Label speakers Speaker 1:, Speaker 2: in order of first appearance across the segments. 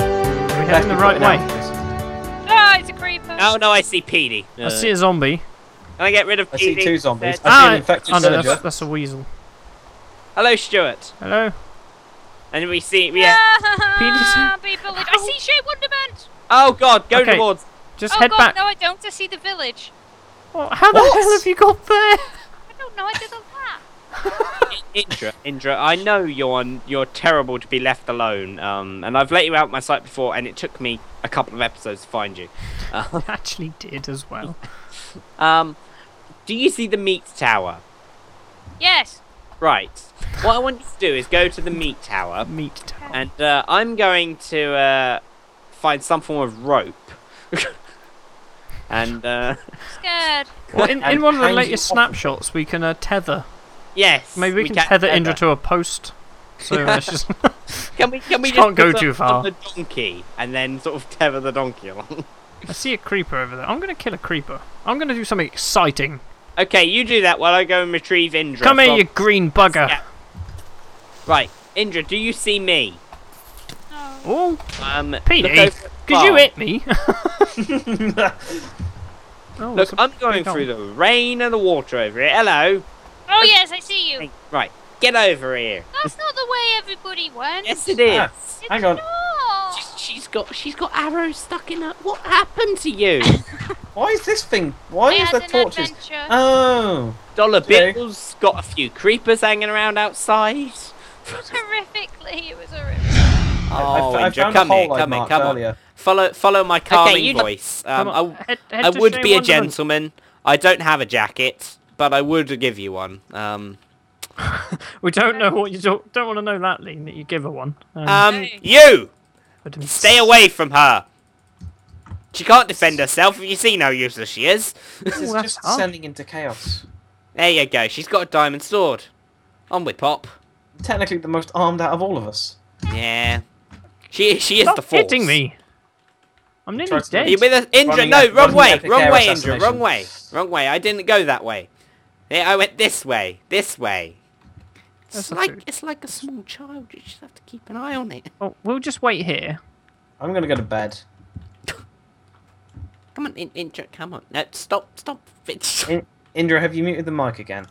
Speaker 1: we heading the right way?
Speaker 2: Ah, it's a creeper.
Speaker 3: Oh no, I see Petey.
Speaker 1: I see a zombie.
Speaker 3: Can I get rid of
Speaker 4: I see
Speaker 3: Petey?
Speaker 4: two zombies.
Speaker 3: instead?
Speaker 4: I see an
Speaker 1: Ah,
Speaker 4: infected
Speaker 1: oh, no,
Speaker 4: villager.
Speaker 1: that's, that's a weasel.
Speaker 3: Hello, Stuart.
Speaker 1: Hello?
Speaker 3: And we see we.
Speaker 2: Ah, be bullied. I see Shape Wonderment.
Speaker 3: Oh God, go
Speaker 1: Okay.
Speaker 3: towards.
Speaker 1: Just
Speaker 2: Oh
Speaker 1: head
Speaker 2: god,
Speaker 1: back.
Speaker 2: no, I don't. I see the village.
Speaker 1: Oh, how the
Speaker 4: What?
Speaker 1: hell have you got there?
Speaker 2: I don't know. I did a lap.
Speaker 3: Indra, Indra, I know you're you're terrible to be left alone. Um, and I've let you out my sight before, and it took me a couple of episodes to find you.
Speaker 1: I actually did as well.
Speaker 3: Um, do you see the meat tower?
Speaker 2: Yes.
Speaker 3: Right. What I want you to do is go to the meat tower,
Speaker 1: Meat tower.
Speaker 3: and uh, I'm going to uh, find some form of rope. and uh,
Speaker 2: Scared.
Speaker 1: Well, in, in
Speaker 4: And
Speaker 1: one of the
Speaker 4: hang you
Speaker 1: latest
Speaker 4: off.
Speaker 1: snapshots, we can uh, tether.
Speaker 3: yes,
Speaker 1: Maybe we, can, tether Indra to a post. So uh, let's just.
Speaker 3: Can we? Can we
Speaker 1: She
Speaker 3: just
Speaker 1: can't go
Speaker 3: put
Speaker 1: too
Speaker 3: something
Speaker 1: far.
Speaker 3: on The donkey, and then sort of tether the donkey along.
Speaker 1: I see a creeper over there. I'm gonna kill a creeper. I'm gonna do something exciting.
Speaker 3: okay, you do that while I go and retrieve Indra.
Speaker 1: Come here,
Speaker 3: from-
Speaker 1: you green bugger.
Speaker 3: Yeah. Right, Indra, do you see me?
Speaker 2: No.
Speaker 1: Oh,
Speaker 3: Um,
Speaker 1: Petey,
Speaker 3: look over the
Speaker 1: could you
Speaker 3: farm.
Speaker 1: hit me? oh,
Speaker 3: Look,
Speaker 1: that's a
Speaker 3: I'm going
Speaker 1: big
Speaker 3: through
Speaker 1: hole.
Speaker 3: the rain and the water over here. Hello.
Speaker 2: Oh yes, I see you.
Speaker 3: Hey, Right, get over here.
Speaker 2: That's not the way everybody went.
Speaker 3: Yes, it is.
Speaker 4: Ah.
Speaker 2: It's
Speaker 4: Hang on.
Speaker 2: not.
Speaker 3: She's, she's got she's got arrows stuck in her. What happened to you?
Speaker 4: Why is this thing?
Speaker 2: I
Speaker 4: Why is
Speaker 2: had
Speaker 4: there
Speaker 2: an
Speaker 4: torches?
Speaker 2: adventure.
Speaker 4: Oh,
Speaker 3: Dollar
Speaker 4: Hello.
Speaker 3: Bill's got a few creepers hanging around outside.
Speaker 2: Horrifically, it was horrific.
Speaker 1: Oh,
Speaker 3: Oh,
Speaker 4: I, I, I
Speaker 5: Indra,
Speaker 4: found
Speaker 5: Oh, come
Speaker 4: a hole
Speaker 5: here,
Speaker 4: I
Speaker 5: come here,
Speaker 4: marked
Speaker 5: come on.
Speaker 4: earlier.
Speaker 5: Follow, follow my calming
Speaker 3: you-
Speaker 5: voice.
Speaker 1: Come
Speaker 5: Um,
Speaker 1: on,
Speaker 5: I,
Speaker 1: head- head
Speaker 5: I
Speaker 1: to
Speaker 5: would
Speaker 1: Shea
Speaker 5: be a
Speaker 1: Wonderland.
Speaker 5: gentleman. I don't have a jacket, but I would give you one. Um,
Speaker 1: We don't know what you don't, don't want to know that, Lean. That you give her one. Um,
Speaker 5: um,
Speaker 2: Hey.
Speaker 5: you
Speaker 1: but-
Speaker 5: stay away from her. She can't defend herself. Have you seen how useless she is?
Speaker 4: This is
Speaker 1: that's
Speaker 4: just
Speaker 1: hard.
Speaker 4: descending into chaos.
Speaker 5: There you go. She's got a diamond sword. On with Pop.
Speaker 4: Technically, the most armed out of all of us.
Speaker 5: Yeah. She she is
Speaker 1: Stop
Speaker 5: the force.
Speaker 1: hitting me. I'm nearly
Speaker 4: Tried to-
Speaker 5: Are you
Speaker 1: dead.
Speaker 5: with us? Indra,
Speaker 4: Running
Speaker 5: no,
Speaker 4: epic-
Speaker 5: wrong
Speaker 4: running
Speaker 5: way,
Speaker 4: epic
Speaker 5: wrong
Speaker 4: air
Speaker 5: way, Indra,
Speaker 4: assassination.
Speaker 5: wrong way, wrong way. I didn't go that way. Yeah, I went this way, this way.
Speaker 1: That's
Speaker 5: It's
Speaker 1: not
Speaker 5: like
Speaker 1: true.
Speaker 5: it's like a small child. You just have to keep an eye on it.
Speaker 1: Oh, we'll just wait here.
Speaker 4: I'm gonna go to bed.
Speaker 5: Come on, in, Indra, come on. No, stop, stop. It's-
Speaker 4: In- Indra, have you muted the mic again?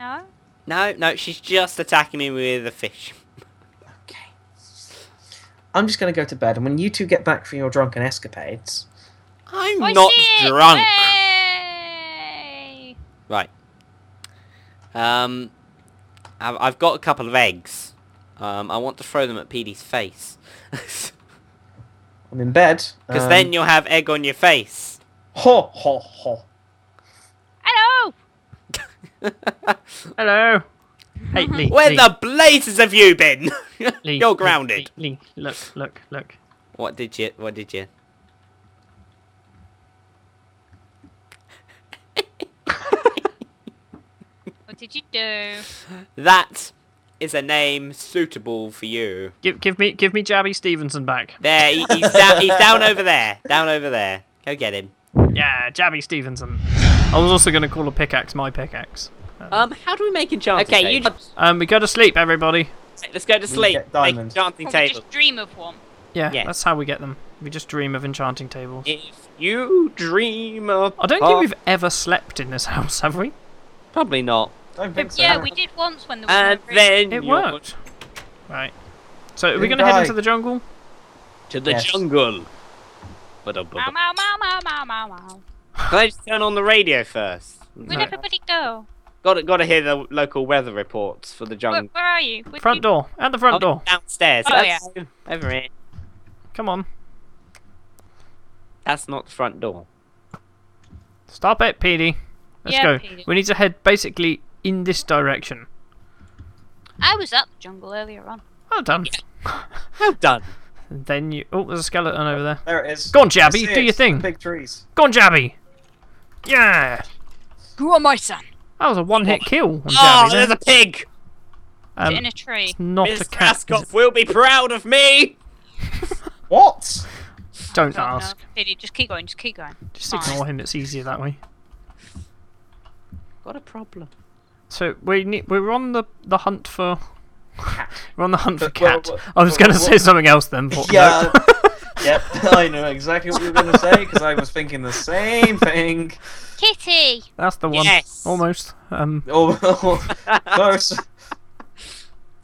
Speaker 2: No.
Speaker 5: No, no, she's just attacking me with a fish.
Speaker 4: Okay. I'm just gonna go to bed, and when you two get back from your drunken escapades,
Speaker 5: I'm
Speaker 2: I
Speaker 5: not
Speaker 2: see it.
Speaker 5: drunk.
Speaker 2: Hey.
Speaker 5: Right. Um, I've, I've got a couple of eggs. Um, I want to throw them at Petey's face. Because
Speaker 4: I'm in bed. um,
Speaker 5: then you'll have egg on your face.
Speaker 4: ho ho ho.
Speaker 2: Hello.
Speaker 1: Hello. Hey, Lee.
Speaker 5: Where
Speaker 1: Lee,
Speaker 5: the blazes have you been?
Speaker 1: Lee,
Speaker 5: You're
Speaker 1: Lee,
Speaker 5: grounded.
Speaker 1: Lee, Lee, look, look, look.
Speaker 5: What did you? What did you?
Speaker 2: What did you do?
Speaker 5: That is a name suitable for you.
Speaker 1: Give, give me, give me Jabby Stevenson back.
Speaker 5: There, he- he's down. He's down over there. Down over there. Go get him.
Speaker 1: Yeah, Jabby Stevenson. I was also going to call a pickaxe my pickaxe.
Speaker 5: Um, how do we make enchanted?
Speaker 3: Okay, you.
Speaker 5: tables?
Speaker 1: Um, we go to sleep, everybody.
Speaker 3: Let's go to sleep.
Speaker 4: get
Speaker 3: Make
Speaker 4: diamonds.
Speaker 3: enchanting
Speaker 2: Or we
Speaker 3: tables.
Speaker 2: just dream of one.
Speaker 1: Yeah,
Speaker 3: Yeah.
Speaker 1: that's how we get them. We just dream of enchanting tables.
Speaker 3: If you dream of.
Speaker 1: I don't
Speaker 3: Oh,
Speaker 1: think we've ever slept in this house, have we?
Speaker 3: Probably not.
Speaker 4: Don't think so.
Speaker 2: Yeah, we did once when there was
Speaker 3: And
Speaker 2: no bridge.
Speaker 3: then
Speaker 1: It
Speaker 3: you're
Speaker 1: worked. Right. So are we
Speaker 4: You
Speaker 1: going to head
Speaker 4: die.
Speaker 1: into the jungle?
Speaker 3: to the
Speaker 4: Yes.
Speaker 3: jungle. Ba-dum-ba-dum.
Speaker 2: Ow, ow, ow, ow, ow, ow, ow.
Speaker 3: Can I just turn on the radio first?
Speaker 2: Where'd
Speaker 1: No.
Speaker 2: everybody go?
Speaker 3: Got to, got to hear the local weather reports for the
Speaker 2: Where,
Speaker 3: jungle.
Speaker 2: where are you? Which
Speaker 1: Front
Speaker 2: people-
Speaker 1: door. At the front door.
Speaker 3: Downstairs.
Speaker 2: Oh,
Speaker 3: That's- Over here.
Speaker 1: Come on.
Speaker 3: That's not the front door.
Speaker 1: Stop it, PD. Let's
Speaker 2: Yeah,
Speaker 1: go.
Speaker 2: Petey.
Speaker 1: We need to head basically in this direction.
Speaker 2: I was at the jungle earlier on.
Speaker 1: Well done.
Speaker 3: Well done.
Speaker 1: Then you. Oh, there's a skeleton over there.
Speaker 4: There it is.
Speaker 1: Go on, Jabby,
Speaker 4: I see
Speaker 1: do
Speaker 4: it.
Speaker 1: your thing.
Speaker 4: Big trees.
Speaker 1: Go on, Jabby. Yeah.
Speaker 2: Who are my son?
Speaker 1: That was a one-hit kill on
Speaker 3: Oh,
Speaker 1: Jabby.
Speaker 3: there's
Speaker 1: there.
Speaker 3: a pig.
Speaker 1: Um,
Speaker 2: in a tree.
Speaker 1: not a
Speaker 3: Miss
Speaker 1: cat. is
Speaker 3: Raskoff will be proud of me.
Speaker 4: What?
Speaker 1: it? Don't
Speaker 2: Oh,
Speaker 1: ask.
Speaker 2: No. Did you just keep going? Just keep going.
Speaker 1: Just
Speaker 3: Oh.
Speaker 2: Fine.
Speaker 1: ignore him. It's easier that way.
Speaker 5: Got a problem.
Speaker 1: So we need, we're on the, the hunt for. we're on the hunt for
Speaker 4: But- well,
Speaker 1: cat.
Speaker 4: well,
Speaker 1: I was
Speaker 4: well,
Speaker 1: going to
Speaker 4: well-
Speaker 1: say something else then. But no.
Speaker 4: Yeah. Yep, I know exactly what you were going to say because I was thinking the same thing.
Speaker 2: Kitty.
Speaker 1: That's the one.
Speaker 3: Yes.
Speaker 1: Almost. Um,
Speaker 4: Oh, oh, close.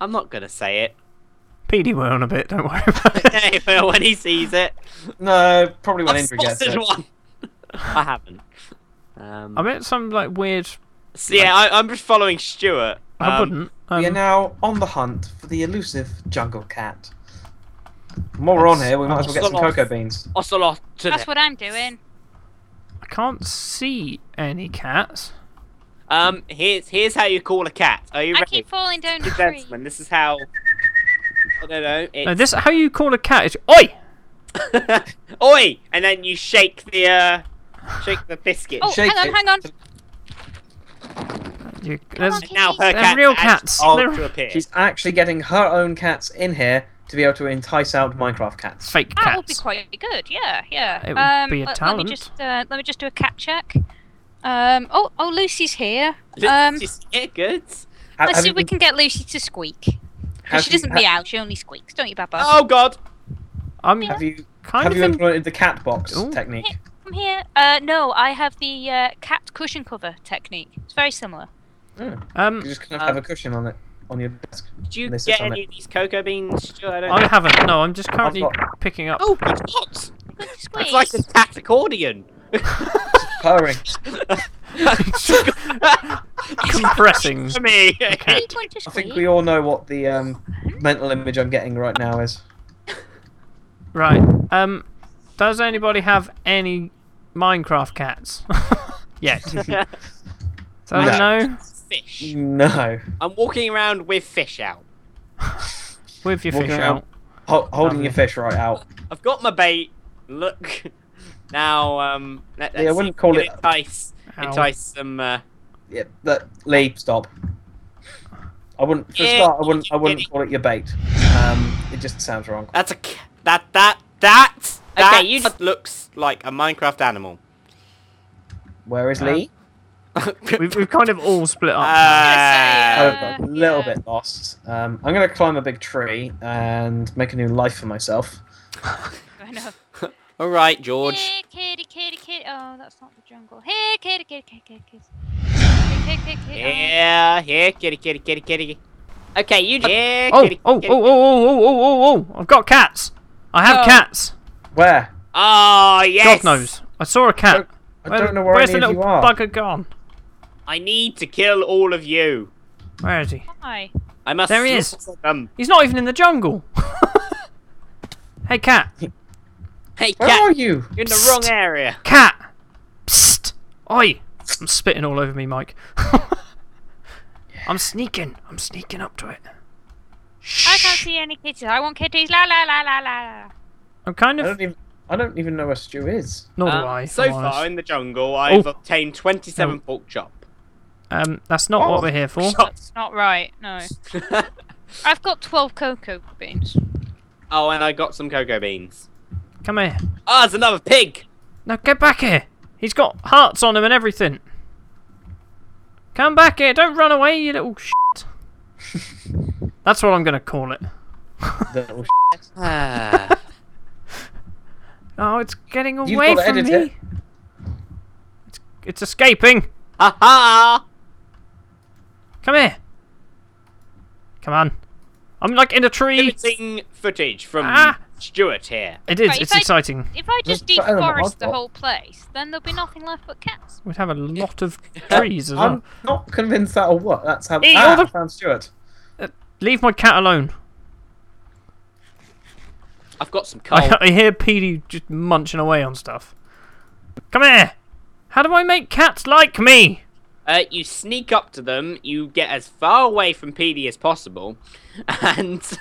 Speaker 3: I'm not gonna say it.
Speaker 1: PD were on a bit. Don't worry about it.
Speaker 3: Hey, Phil, when he sees it,
Speaker 4: No, probably when
Speaker 3: I've
Speaker 4: Indra gets
Speaker 3: spotted
Speaker 4: it.
Speaker 3: one. I haven't. Um,
Speaker 1: I met some like weird.
Speaker 3: so yeah, I, I'm just following Stuart.
Speaker 1: I
Speaker 3: Um,
Speaker 1: wouldn't. Um,
Speaker 4: We are now on the hunt for the elusive jungle cat. More on here, we might as well get some
Speaker 3: Ocelot.
Speaker 4: cocoa beans.
Speaker 3: Ocelot to
Speaker 2: That's
Speaker 3: the-
Speaker 2: what I'm doing.
Speaker 1: I can't see any cats.
Speaker 3: Um, here's here's how you call a cat. Are you
Speaker 2: I
Speaker 3: ready?
Speaker 2: keep falling down a
Speaker 3: Ladies and
Speaker 2: tree.
Speaker 3: gentlemen, this is how. I don't know.
Speaker 1: No,
Speaker 3: It's...
Speaker 1: this how you call a cat is oi.
Speaker 3: Oi! And then you shake the uh, shake the biscuit.
Speaker 2: Oh,
Speaker 4: Shake
Speaker 2: hang on,
Speaker 4: it.
Speaker 2: hang on.
Speaker 1: You, there's,
Speaker 2: on,
Speaker 3: now her
Speaker 1: They're
Speaker 3: cat
Speaker 1: real
Speaker 3: actually
Speaker 1: cats.
Speaker 3: all
Speaker 1: They're-
Speaker 3: to appear.
Speaker 4: She's actually getting her own cats in here to be able to entice out Minecraft cats.
Speaker 1: fake
Speaker 2: That
Speaker 1: cats.
Speaker 2: would be quite good. Yeah, yeah.
Speaker 1: It would
Speaker 2: um,
Speaker 1: be a
Speaker 2: let- Let
Speaker 1: talent.
Speaker 2: me just uh, let me just do a cat check. Um. Oh, oh, Lucy's here. Um.
Speaker 3: She's yeah, good.
Speaker 4: Ha- have
Speaker 2: Let's see
Speaker 4: you
Speaker 2: if we
Speaker 4: been-
Speaker 2: can get Lucy to squeak. 'Cause
Speaker 4: have
Speaker 2: she
Speaker 4: you-
Speaker 2: doesn't
Speaker 4: ha-
Speaker 2: meow. She only squeaks, don't you, Baba?
Speaker 3: Oh God!
Speaker 1: I'm
Speaker 4: Have you
Speaker 1: kind
Speaker 4: have
Speaker 1: of
Speaker 4: you
Speaker 1: in-
Speaker 4: implemented the cat box
Speaker 1: Ooh.
Speaker 4: technique?
Speaker 2: I'm here. Uh, no, I have the uh, cat cushion cover technique. It's very similar.
Speaker 1: um.
Speaker 4: You Hmm, just kind of
Speaker 3: Um,
Speaker 4: have a cushion on it on your desk.
Speaker 3: Did you
Speaker 4: They sit
Speaker 3: get
Speaker 4: on
Speaker 3: any of these cocoa beans? Stuart? I don't
Speaker 1: I
Speaker 3: know.
Speaker 1: haven't. No, I'm just currently
Speaker 4: got-
Speaker 1: picking up.
Speaker 3: Oh, it's hot.
Speaker 2: Good to squeak.
Speaker 3: It's like a cat accordion.
Speaker 4: Purring.
Speaker 1: compressing.
Speaker 3: For me.
Speaker 2: Do you want to
Speaker 4: I
Speaker 2: squeak?
Speaker 4: think we all know what the um, mental image I'm getting right now is.
Speaker 1: Right. Um. Does anybody have any Minecraft cats? Yet. So
Speaker 4: No.
Speaker 1: no.
Speaker 3: Fish.
Speaker 4: No.
Speaker 3: I'm walking around with fish out.
Speaker 1: With your
Speaker 4: Walking
Speaker 1: fish
Speaker 4: around.
Speaker 1: out.
Speaker 4: Ho- holding
Speaker 1: Lovely.
Speaker 4: your fish right out.
Speaker 3: I've got my bait. Look. Now, um, let,
Speaker 4: Yeah, I
Speaker 3: let's see
Speaker 4: wouldn't
Speaker 3: if we
Speaker 4: call
Speaker 3: can
Speaker 4: it-
Speaker 3: entice,
Speaker 1: Ow.
Speaker 3: entice some. Uh,
Speaker 4: Yeah, that Lee, stop. I wouldn't for a
Speaker 3: Yeah,
Speaker 4: start. I wouldn't. I wouldn't
Speaker 3: kidding.
Speaker 4: call it your bait. Um, it just sounds wrong.
Speaker 5: That's a c- that that that that
Speaker 3: you just-
Speaker 5: looks like a Minecraft animal.
Speaker 4: Where is Lee?
Speaker 1: We've,
Speaker 5: Uh,
Speaker 1: we've kind of all split up.
Speaker 2: Uh,
Speaker 4: I've got a little
Speaker 2: yeah.
Speaker 4: bit lost. Um, I'm gonna climb a big tree and make a new life for myself.
Speaker 2: I know.
Speaker 5: all right, George.
Speaker 2: Here, kitty, kitty, kitty. Oh, that's not the jungle. Here, kitty, kitty, kitty, kitty, kitty. Here, kitty, kitty, Oh, kitty.
Speaker 3: yeah, here, kitty, kitty, kitty, kitty. Okay, you. Yeah,
Speaker 1: oh,
Speaker 3: kitty,
Speaker 1: oh, oh, oh,
Speaker 3: kitty.
Speaker 1: oh, oh, oh, oh, oh! I've got cats. I have
Speaker 2: Oh.
Speaker 1: cats.
Speaker 4: Where?
Speaker 3: Oh, yes.
Speaker 1: God knows. I saw a cat.
Speaker 4: I don't know where
Speaker 1: Where's
Speaker 4: any
Speaker 1: the
Speaker 4: of
Speaker 1: little
Speaker 4: you are.
Speaker 1: bugger gone?
Speaker 3: I need to kill all of you.
Speaker 1: Where is he?
Speaker 2: Oh, Hi.
Speaker 3: I must.
Speaker 1: There he is.
Speaker 3: slaughter them.
Speaker 1: He's not even in the jungle. hey, cat.
Speaker 3: Hey,
Speaker 4: Where
Speaker 3: cat,
Speaker 4: are you?
Speaker 3: you're in the wrong area.
Speaker 1: Cat. Psst. Oi. I'm spitting all over me, Mike. I'm sneaking. I'm sneaking up to it.
Speaker 2: I can't
Speaker 1: Shh.
Speaker 2: see any kitties. I want kitties. La la la la la.
Speaker 1: I'm kind
Speaker 4: I
Speaker 1: of.
Speaker 4: don't even. I don't even know where Stu is.
Speaker 1: Nor do
Speaker 3: Um,
Speaker 1: Oh, I. if
Speaker 3: so
Speaker 1: I'm
Speaker 3: far
Speaker 1: honest.
Speaker 3: in the jungle, I've
Speaker 1: Oh.
Speaker 3: obtained 27
Speaker 1: Oh.
Speaker 3: pork chop.
Speaker 1: Um, that's not
Speaker 4: Oh.
Speaker 1: what we're here for.
Speaker 2: That's not right. No. I've got 12 cocoa beans.
Speaker 3: oh, and I got some cocoa beans.
Speaker 1: Come here.
Speaker 3: Ah, there's another pig.
Speaker 1: Now get back here. He's got hearts on him and everything. Come back here. Don't run away, you little shit. That's what I'm going to call it.
Speaker 4: The little s***.
Speaker 5: Ah.
Speaker 1: Oh, it's getting
Speaker 4: You've
Speaker 1: away
Speaker 4: gotta
Speaker 1: from
Speaker 4: edit
Speaker 1: me.
Speaker 4: it.
Speaker 1: It's, it's escaping.
Speaker 3: Ha ha!
Speaker 1: Come here. Come on. I'm like in a tree.
Speaker 3: Limiting footage from
Speaker 1: Ah.
Speaker 3: Stuart here.
Speaker 1: It is.
Speaker 2: Right,
Speaker 1: it's
Speaker 2: if I-
Speaker 1: exciting.
Speaker 2: If I just
Speaker 4: Just put them on
Speaker 2: deforest the
Speaker 4: hotspot.
Speaker 2: whole place, then there'll be nothing left but cats.
Speaker 1: We'd have a lot of trees as well.
Speaker 4: I'm not convinced that'll work. That's how.
Speaker 1: Hey,
Speaker 4: ah,
Speaker 1: hold
Speaker 4: I
Speaker 1: on.
Speaker 4: found Stuart.
Speaker 1: Uh, Leave my cat alone.
Speaker 3: I've got some coal.
Speaker 1: I, I hear Petey just munching away on stuff. Come here. How do I make cats like me?
Speaker 3: Uh, you sneak up to them, you get as far away from PD as possible, and.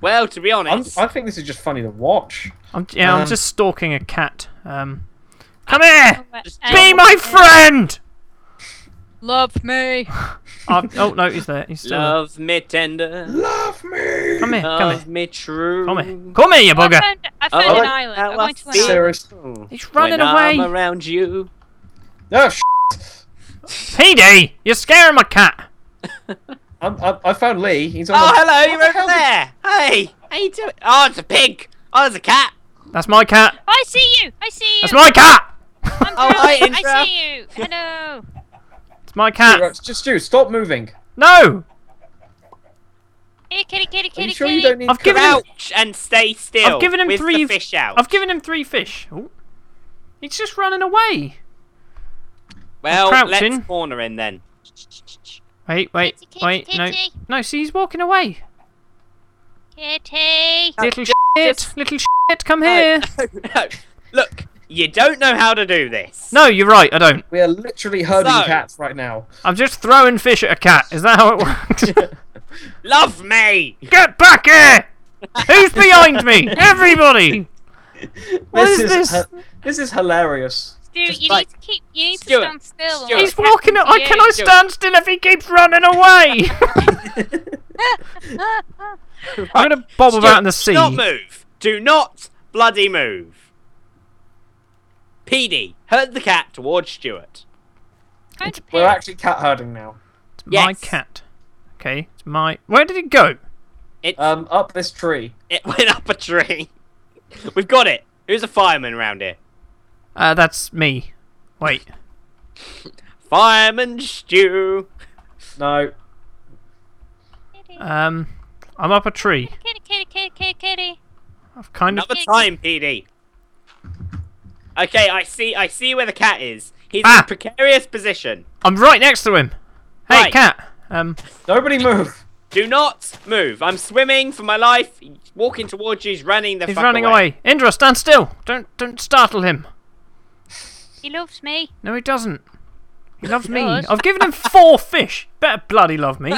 Speaker 3: Well, to be
Speaker 4: I'm,
Speaker 3: honest,
Speaker 4: I think this is just funny to watch.
Speaker 1: I'm, yeah, I'm
Speaker 4: Um,
Speaker 1: just stalking a cat. Um, come here.
Speaker 3: Just
Speaker 2: Um,
Speaker 1: Be my friend.
Speaker 2: Love me.
Speaker 1: Oh, oh no, he's there. He's still there.
Speaker 3: love me tender,
Speaker 4: Love me.
Speaker 1: Come here. Come
Speaker 3: love
Speaker 1: here.
Speaker 3: me true. Mm.
Speaker 1: Come here. Come here, you
Speaker 2: I
Speaker 1: bugger.
Speaker 2: found, I found
Speaker 4: like
Speaker 2: an island. I'm going to an island.
Speaker 4: Serious.
Speaker 1: He's running
Speaker 3: when I'm
Speaker 1: away.
Speaker 3: around you.
Speaker 4: No. s***.
Speaker 1: Petey, you're scaring my cat.
Speaker 4: I'm, I, I found Lee. He's on.
Speaker 3: Oh,
Speaker 4: the-
Speaker 3: hello,
Speaker 4: What
Speaker 3: you're
Speaker 4: the
Speaker 3: over
Speaker 4: hell did-
Speaker 3: there. Hey, how you doing? Oh, it's a pig. Oh, it's a cat.
Speaker 1: That's my cat.
Speaker 2: I see you! I see you!
Speaker 1: That's my cat.
Speaker 2: I'm
Speaker 3: Oh, hi,
Speaker 2: drunk.
Speaker 3: Indra.
Speaker 2: I see you! Hello!
Speaker 1: It's my
Speaker 4: Hey,
Speaker 1: cat.
Speaker 4: Rox, just you. Stop moving.
Speaker 1: No.
Speaker 2: Here, kitty, kitty,
Speaker 4: Are
Speaker 2: kitty,
Speaker 4: you sure you
Speaker 2: kitty!
Speaker 4: don't need?
Speaker 1: I've given him-
Speaker 3: Crouch and stay still.
Speaker 1: I've given him
Speaker 3: with
Speaker 1: three
Speaker 3: the fish out.
Speaker 1: I've given him three fish. Oh. He's just running away.
Speaker 3: well,
Speaker 1: crouching.
Speaker 3: let's corner him then.
Speaker 1: Wait, wait,
Speaker 2: Kitty, kitty,
Speaker 1: wait. No,
Speaker 2: kitty.
Speaker 1: no. See, he's walking away.
Speaker 2: Kitty!
Speaker 1: Little shit. Little shit. Come here.
Speaker 3: No, Look, you don't know how to do this.
Speaker 1: No, you're right. I don't.
Speaker 4: We are literally herding
Speaker 3: So-
Speaker 4: cats right now.
Speaker 1: I'm just throwing fish at a cat. Is that how it works?
Speaker 3: Love me.
Speaker 1: Get back here! Who's behind me? Everybody! What
Speaker 4: this
Speaker 1: is this?
Speaker 4: hu- this is hilarious.
Speaker 2: Stu,
Speaker 3: Just
Speaker 2: you
Speaker 3: like-
Speaker 2: need to keep. You need
Speaker 3: Stuart,
Speaker 2: to stand still.
Speaker 3: Stuart.
Speaker 1: He's walking.
Speaker 2: up.
Speaker 1: up- I cannot stand still if he keeps running away. I'm gonna bob about in the sea.
Speaker 3: Do not move. Do not bloody move. PD, herd the cat towards Stuart.
Speaker 4: We're actually cat herding now.
Speaker 1: It's my
Speaker 3: Yes.
Speaker 1: cat. Okay, it's my. Where did it go?
Speaker 3: It
Speaker 4: Um, up this tree.
Speaker 3: it went up a tree. We've got it. Who's a fireman round here?
Speaker 1: Uh, that's me. Wait.
Speaker 3: Fireman Stew.
Speaker 4: No.
Speaker 1: Um, I'm up a tree.
Speaker 2: Kitty, kitty, kitty, kitty, kitty.
Speaker 1: I've kind of.
Speaker 3: Another time, PD. Okay, I see. I see where the cat is. He's in
Speaker 1: Ah.
Speaker 3: a precarious position.
Speaker 1: I'm right next to him. Hey,
Speaker 3: Right.
Speaker 1: cat. Um,
Speaker 4: Nobody move.
Speaker 3: Do not move. I'm swimming for my life. He's walking towards you. He's running the.
Speaker 1: he's
Speaker 3: fuck
Speaker 1: running away. Indra, stand still. Don't don't startle him.
Speaker 2: He loves me.
Speaker 1: No, he doesn't. He loves me.
Speaker 2: does.
Speaker 1: I've given him four fish. Better bloody love me.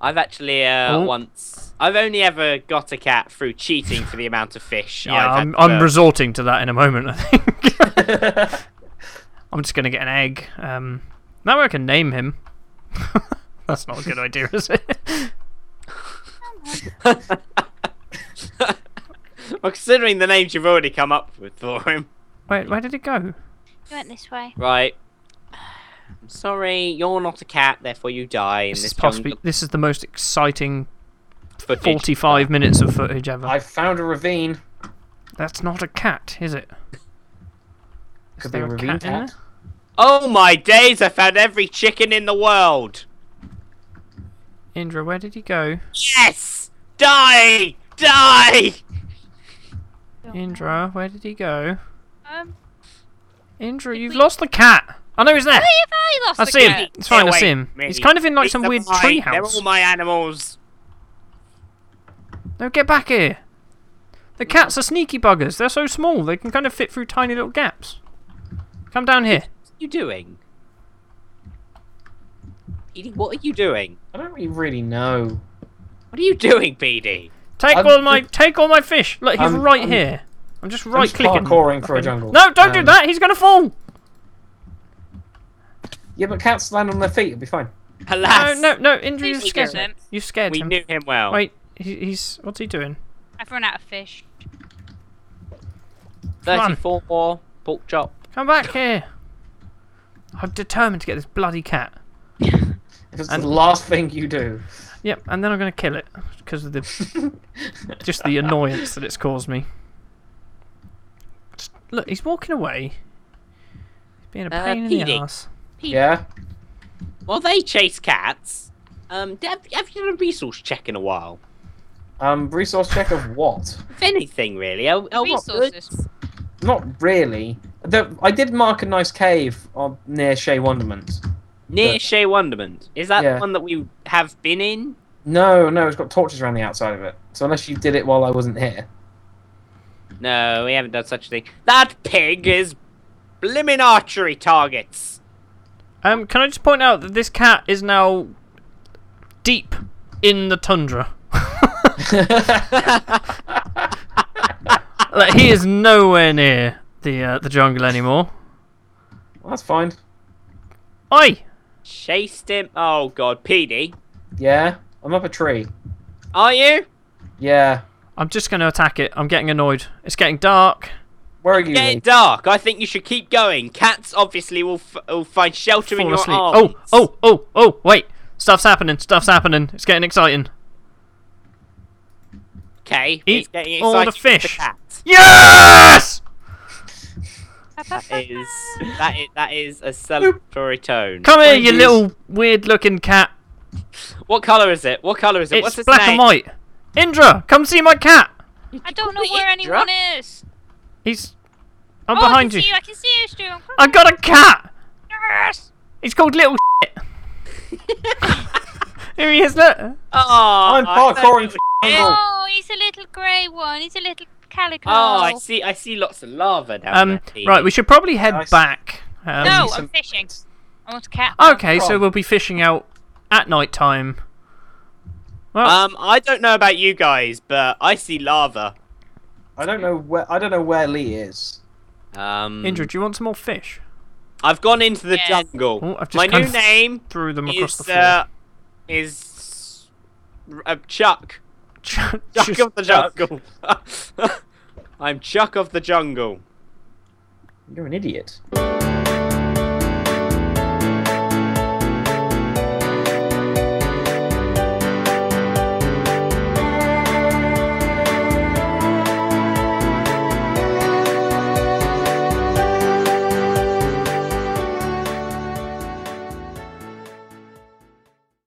Speaker 3: I've actually uh,
Speaker 1: Oh.
Speaker 3: once. I've only ever got a cat through cheating for the amount of fish.
Speaker 1: Yeah,
Speaker 3: I've
Speaker 1: I'm,
Speaker 3: had to-
Speaker 1: I'm resorting to that in a moment. I think. I'm just gonna get an egg. Um, that way I can name him. That's not a good idea, is it?
Speaker 3: well, considering the names you've already come up with for him.
Speaker 1: Wait, where did it go?
Speaker 2: He went this way.
Speaker 3: Right. I'm sorry, you're not a cat, therefore you die in
Speaker 1: This
Speaker 3: this,
Speaker 1: is possibly
Speaker 3: jungle
Speaker 1: this is the most exciting
Speaker 3: footage.
Speaker 1: 45 minutes of footage ever.
Speaker 4: I found a ravine.
Speaker 1: That's not a cat, is it? Is
Speaker 4: Could be
Speaker 1: there
Speaker 4: a
Speaker 1: a
Speaker 4: ravine
Speaker 1: cat in
Speaker 4: cat.
Speaker 3: Oh my days, I found every chicken in the world!
Speaker 1: Indra, where did he go?
Speaker 3: Yes! Die! Die!
Speaker 1: Indra, where did he go?
Speaker 2: Um,
Speaker 1: Indra,
Speaker 2: Did
Speaker 1: you've
Speaker 2: we-
Speaker 1: lost the cat. I know he's there.
Speaker 2: where have I lost
Speaker 1: I
Speaker 2: the
Speaker 1: see
Speaker 2: cat?
Speaker 1: him. It's fine. I
Speaker 3: Get
Speaker 1: see
Speaker 3: away
Speaker 1: him.
Speaker 3: from me.
Speaker 1: He's kind of in like
Speaker 3: These
Speaker 1: some
Speaker 3: are
Speaker 1: weird
Speaker 3: mine. They're all
Speaker 1: treehouse.
Speaker 3: my animals.
Speaker 1: No, get back here. The cats are sneaky buggers. They're so small they can kind of fit through tiny little gaps. Come down here.
Speaker 3: What are you doing? PD, what are you doing?
Speaker 4: I don't really, really know.
Speaker 3: What are you doing, PD?
Speaker 1: Take
Speaker 4: I'm
Speaker 1: all my
Speaker 4: just-
Speaker 1: take all my fish. Look, he's
Speaker 4: I'm-
Speaker 1: right
Speaker 4: I'm-
Speaker 1: here. I'm just
Speaker 4: I'm
Speaker 1: right
Speaker 4: just
Speaker 1: clicking.
Speaker 4: parkouring through a jungle.
Speaker 1: No, don't do
Speaker 4: Um,
Speaker 1: that. He's gonna fall.
Speaker 4: Yeah, but cats land on their feet. It'll be fine.
Speaker 1: No,
Speaker 3: Alas,
Speaker 1: no, no. Injury
Speaker 2: Please
Speaker 1: scared
Speaker 2: do
Speaker 1: him.
Speaker 2: it.
Speaker 1: You scared
Speaker 3: we
Speaker 1: him.
Speaker 3: knew him well.
Speaker 1: Wait, he, he's what's he doing?
Speaker 2: I've run out of fish.
Speaker 3: 34 pork chop.
Speaker 1: Come back here. I'm determined to get this bloody cat.
Speaker 4: If it's
Speaker 1: And-
Speaker 4: the last thing you do.
Speaker 1: Yep, and then I'm gonna kill it because of the just the annoyance that it's caused me. Just- Look, he's walking away. He's being a
Speaker 3: Uh,
Speaker 1: pain in the
Speaker 3: PD.
Speaker 1: ass.
Speaker 4: yeah.
Speaker 3: Well, they chase cats. Um, have, have you done a resource check in a while?
Speaker 4: Um, resource check of what?
Speaker 3: If anything, really. Oh, oh what good?
Speaker 2: Resources.
Speaker 4: Not really. The, I did mark a nice cave on, near Shea Wonderment.
Speaker 3: Near
Speaker 4: Yeah.
Speaker 3: Shea Wonderment. Is that
Speaker 4: Yeah.
Speaker 3: the one that we have been in?
Speaker 4: No, no, it's got torches around the outside of it. So unless you did it while I wasn't here.
Speaker 3: No, we haven't done such a thing. That pig is blimmin' archery targets.
Speaker 1: Um, can I just point out that this cat is now deep in the tundra. like he is nowhere near the uh, the jungle anymore.
Speaker 4: Well, that's fine.
Speaker 1: Oi!
Speaker 3: Chased him. Oh god, PD.
Speaker 4: Yeah. I'm up a tree.
Speaker 3: Are you?
Speaker 4: Yeah.
Speaker 1: I'm just going to attack it. I'm getting annoyed. It's getting dark.
Speaker 4: Where are you?
Speaker 3: Getting
Speaker 4: Lee?
Speaker 3: dark. I think you should keep going. Cats obviously will, f- will find shelter in
Speaker 1: Fall
Speaker 3: your
Speaker 1: asleep.
Speaker 3: arms.
Speaker 1: Oh, oh, oh, oh! Wait! Stuff's happening. Stuff's happening. It's getting exciting.
Speaker 3: Okay.
Speaker 1: Eat
Speaker 3: it's getting
Speaker 1: all the
Speaker 3: exciting with
Speaker 1: fish.
Speaker 3: cat
Speaker 1: Yes!
Speaker 3: is that is that is a celebratory tone.
Speaker 1: Come here, you
Speaker 4: Please.
Speaker 1: little weird-looking cat.
Speaker 3: What color is it? What color is it?
Speaker 1: It's
Speaker 3: What's its
Speaker 1: black
Speaker 3: name?
Speaker 1: and white. Indra, come see my cat.
Speaker 2: I don't know
Speaker 3: Wait,
Speaker 2: where
Speaker 3: Indra?
Speaker 2: anyone is.
Speaker 1: He's. I'm
Speaker 2: oh,
Speaker 1: behind
Speaker 2: I can
Speaker 1: you.
Speaker 2: See you. I can see you, Stu. I'm
Speaker 1: I got a cat.
Speaker 2: Yes!
Speaker 1: He's called Little. Shit. Here he is. Look.
Speaker 3: Oh,
Speaker 4: I'm parkouring. Oh.
Speaker 2: Oh, he's a little grey one. He's a little calico.
Speaker 3: Oh, I see. I see lots of lava down
Speaker 1: Um.
Speaker 3: there.
Speaker 1: Right, we should probably head
Speaker 4: Nice.
Speaker 1: back. Um,
Speaker 2: No,
Speaker 4: Need
Speaker 2: I'm
Speaker 4: some-
Speaker 2: fishing. I want a cat.
Speaker 1: Okay, so
Speaker 4: Wrong.
Speaker 1: we'll be fishing out at night time. Well,
Speaker 3: Um, I don't know about you guys, but I see lava.
Speaker 4: I don't know where I don't know where Lee is.
Speaker 3: Um,
Speaker 1: Indra, do you want some more fish?
Speaker 3: I've gone into the
Speaker 2: Yes.
Speaker 3: jungle.
Speaker 1: Oh, I've just
Speaker 3: My
Speaker 1: kind
Speaker 3: new
Speaker 1: of
Speaker 3: name
Speaker 1: threw them across
Speaker 3: is
Speaker 1: the floor.
Speaker 3: uh, is uh, Chuck.
Speaker 1: Chuck
Speaker 3: Chuck
Speaker 1: just-
Speaker 3: of the jungle. I'm Chuck of the jungle.
Speaker 4: You're an idiot.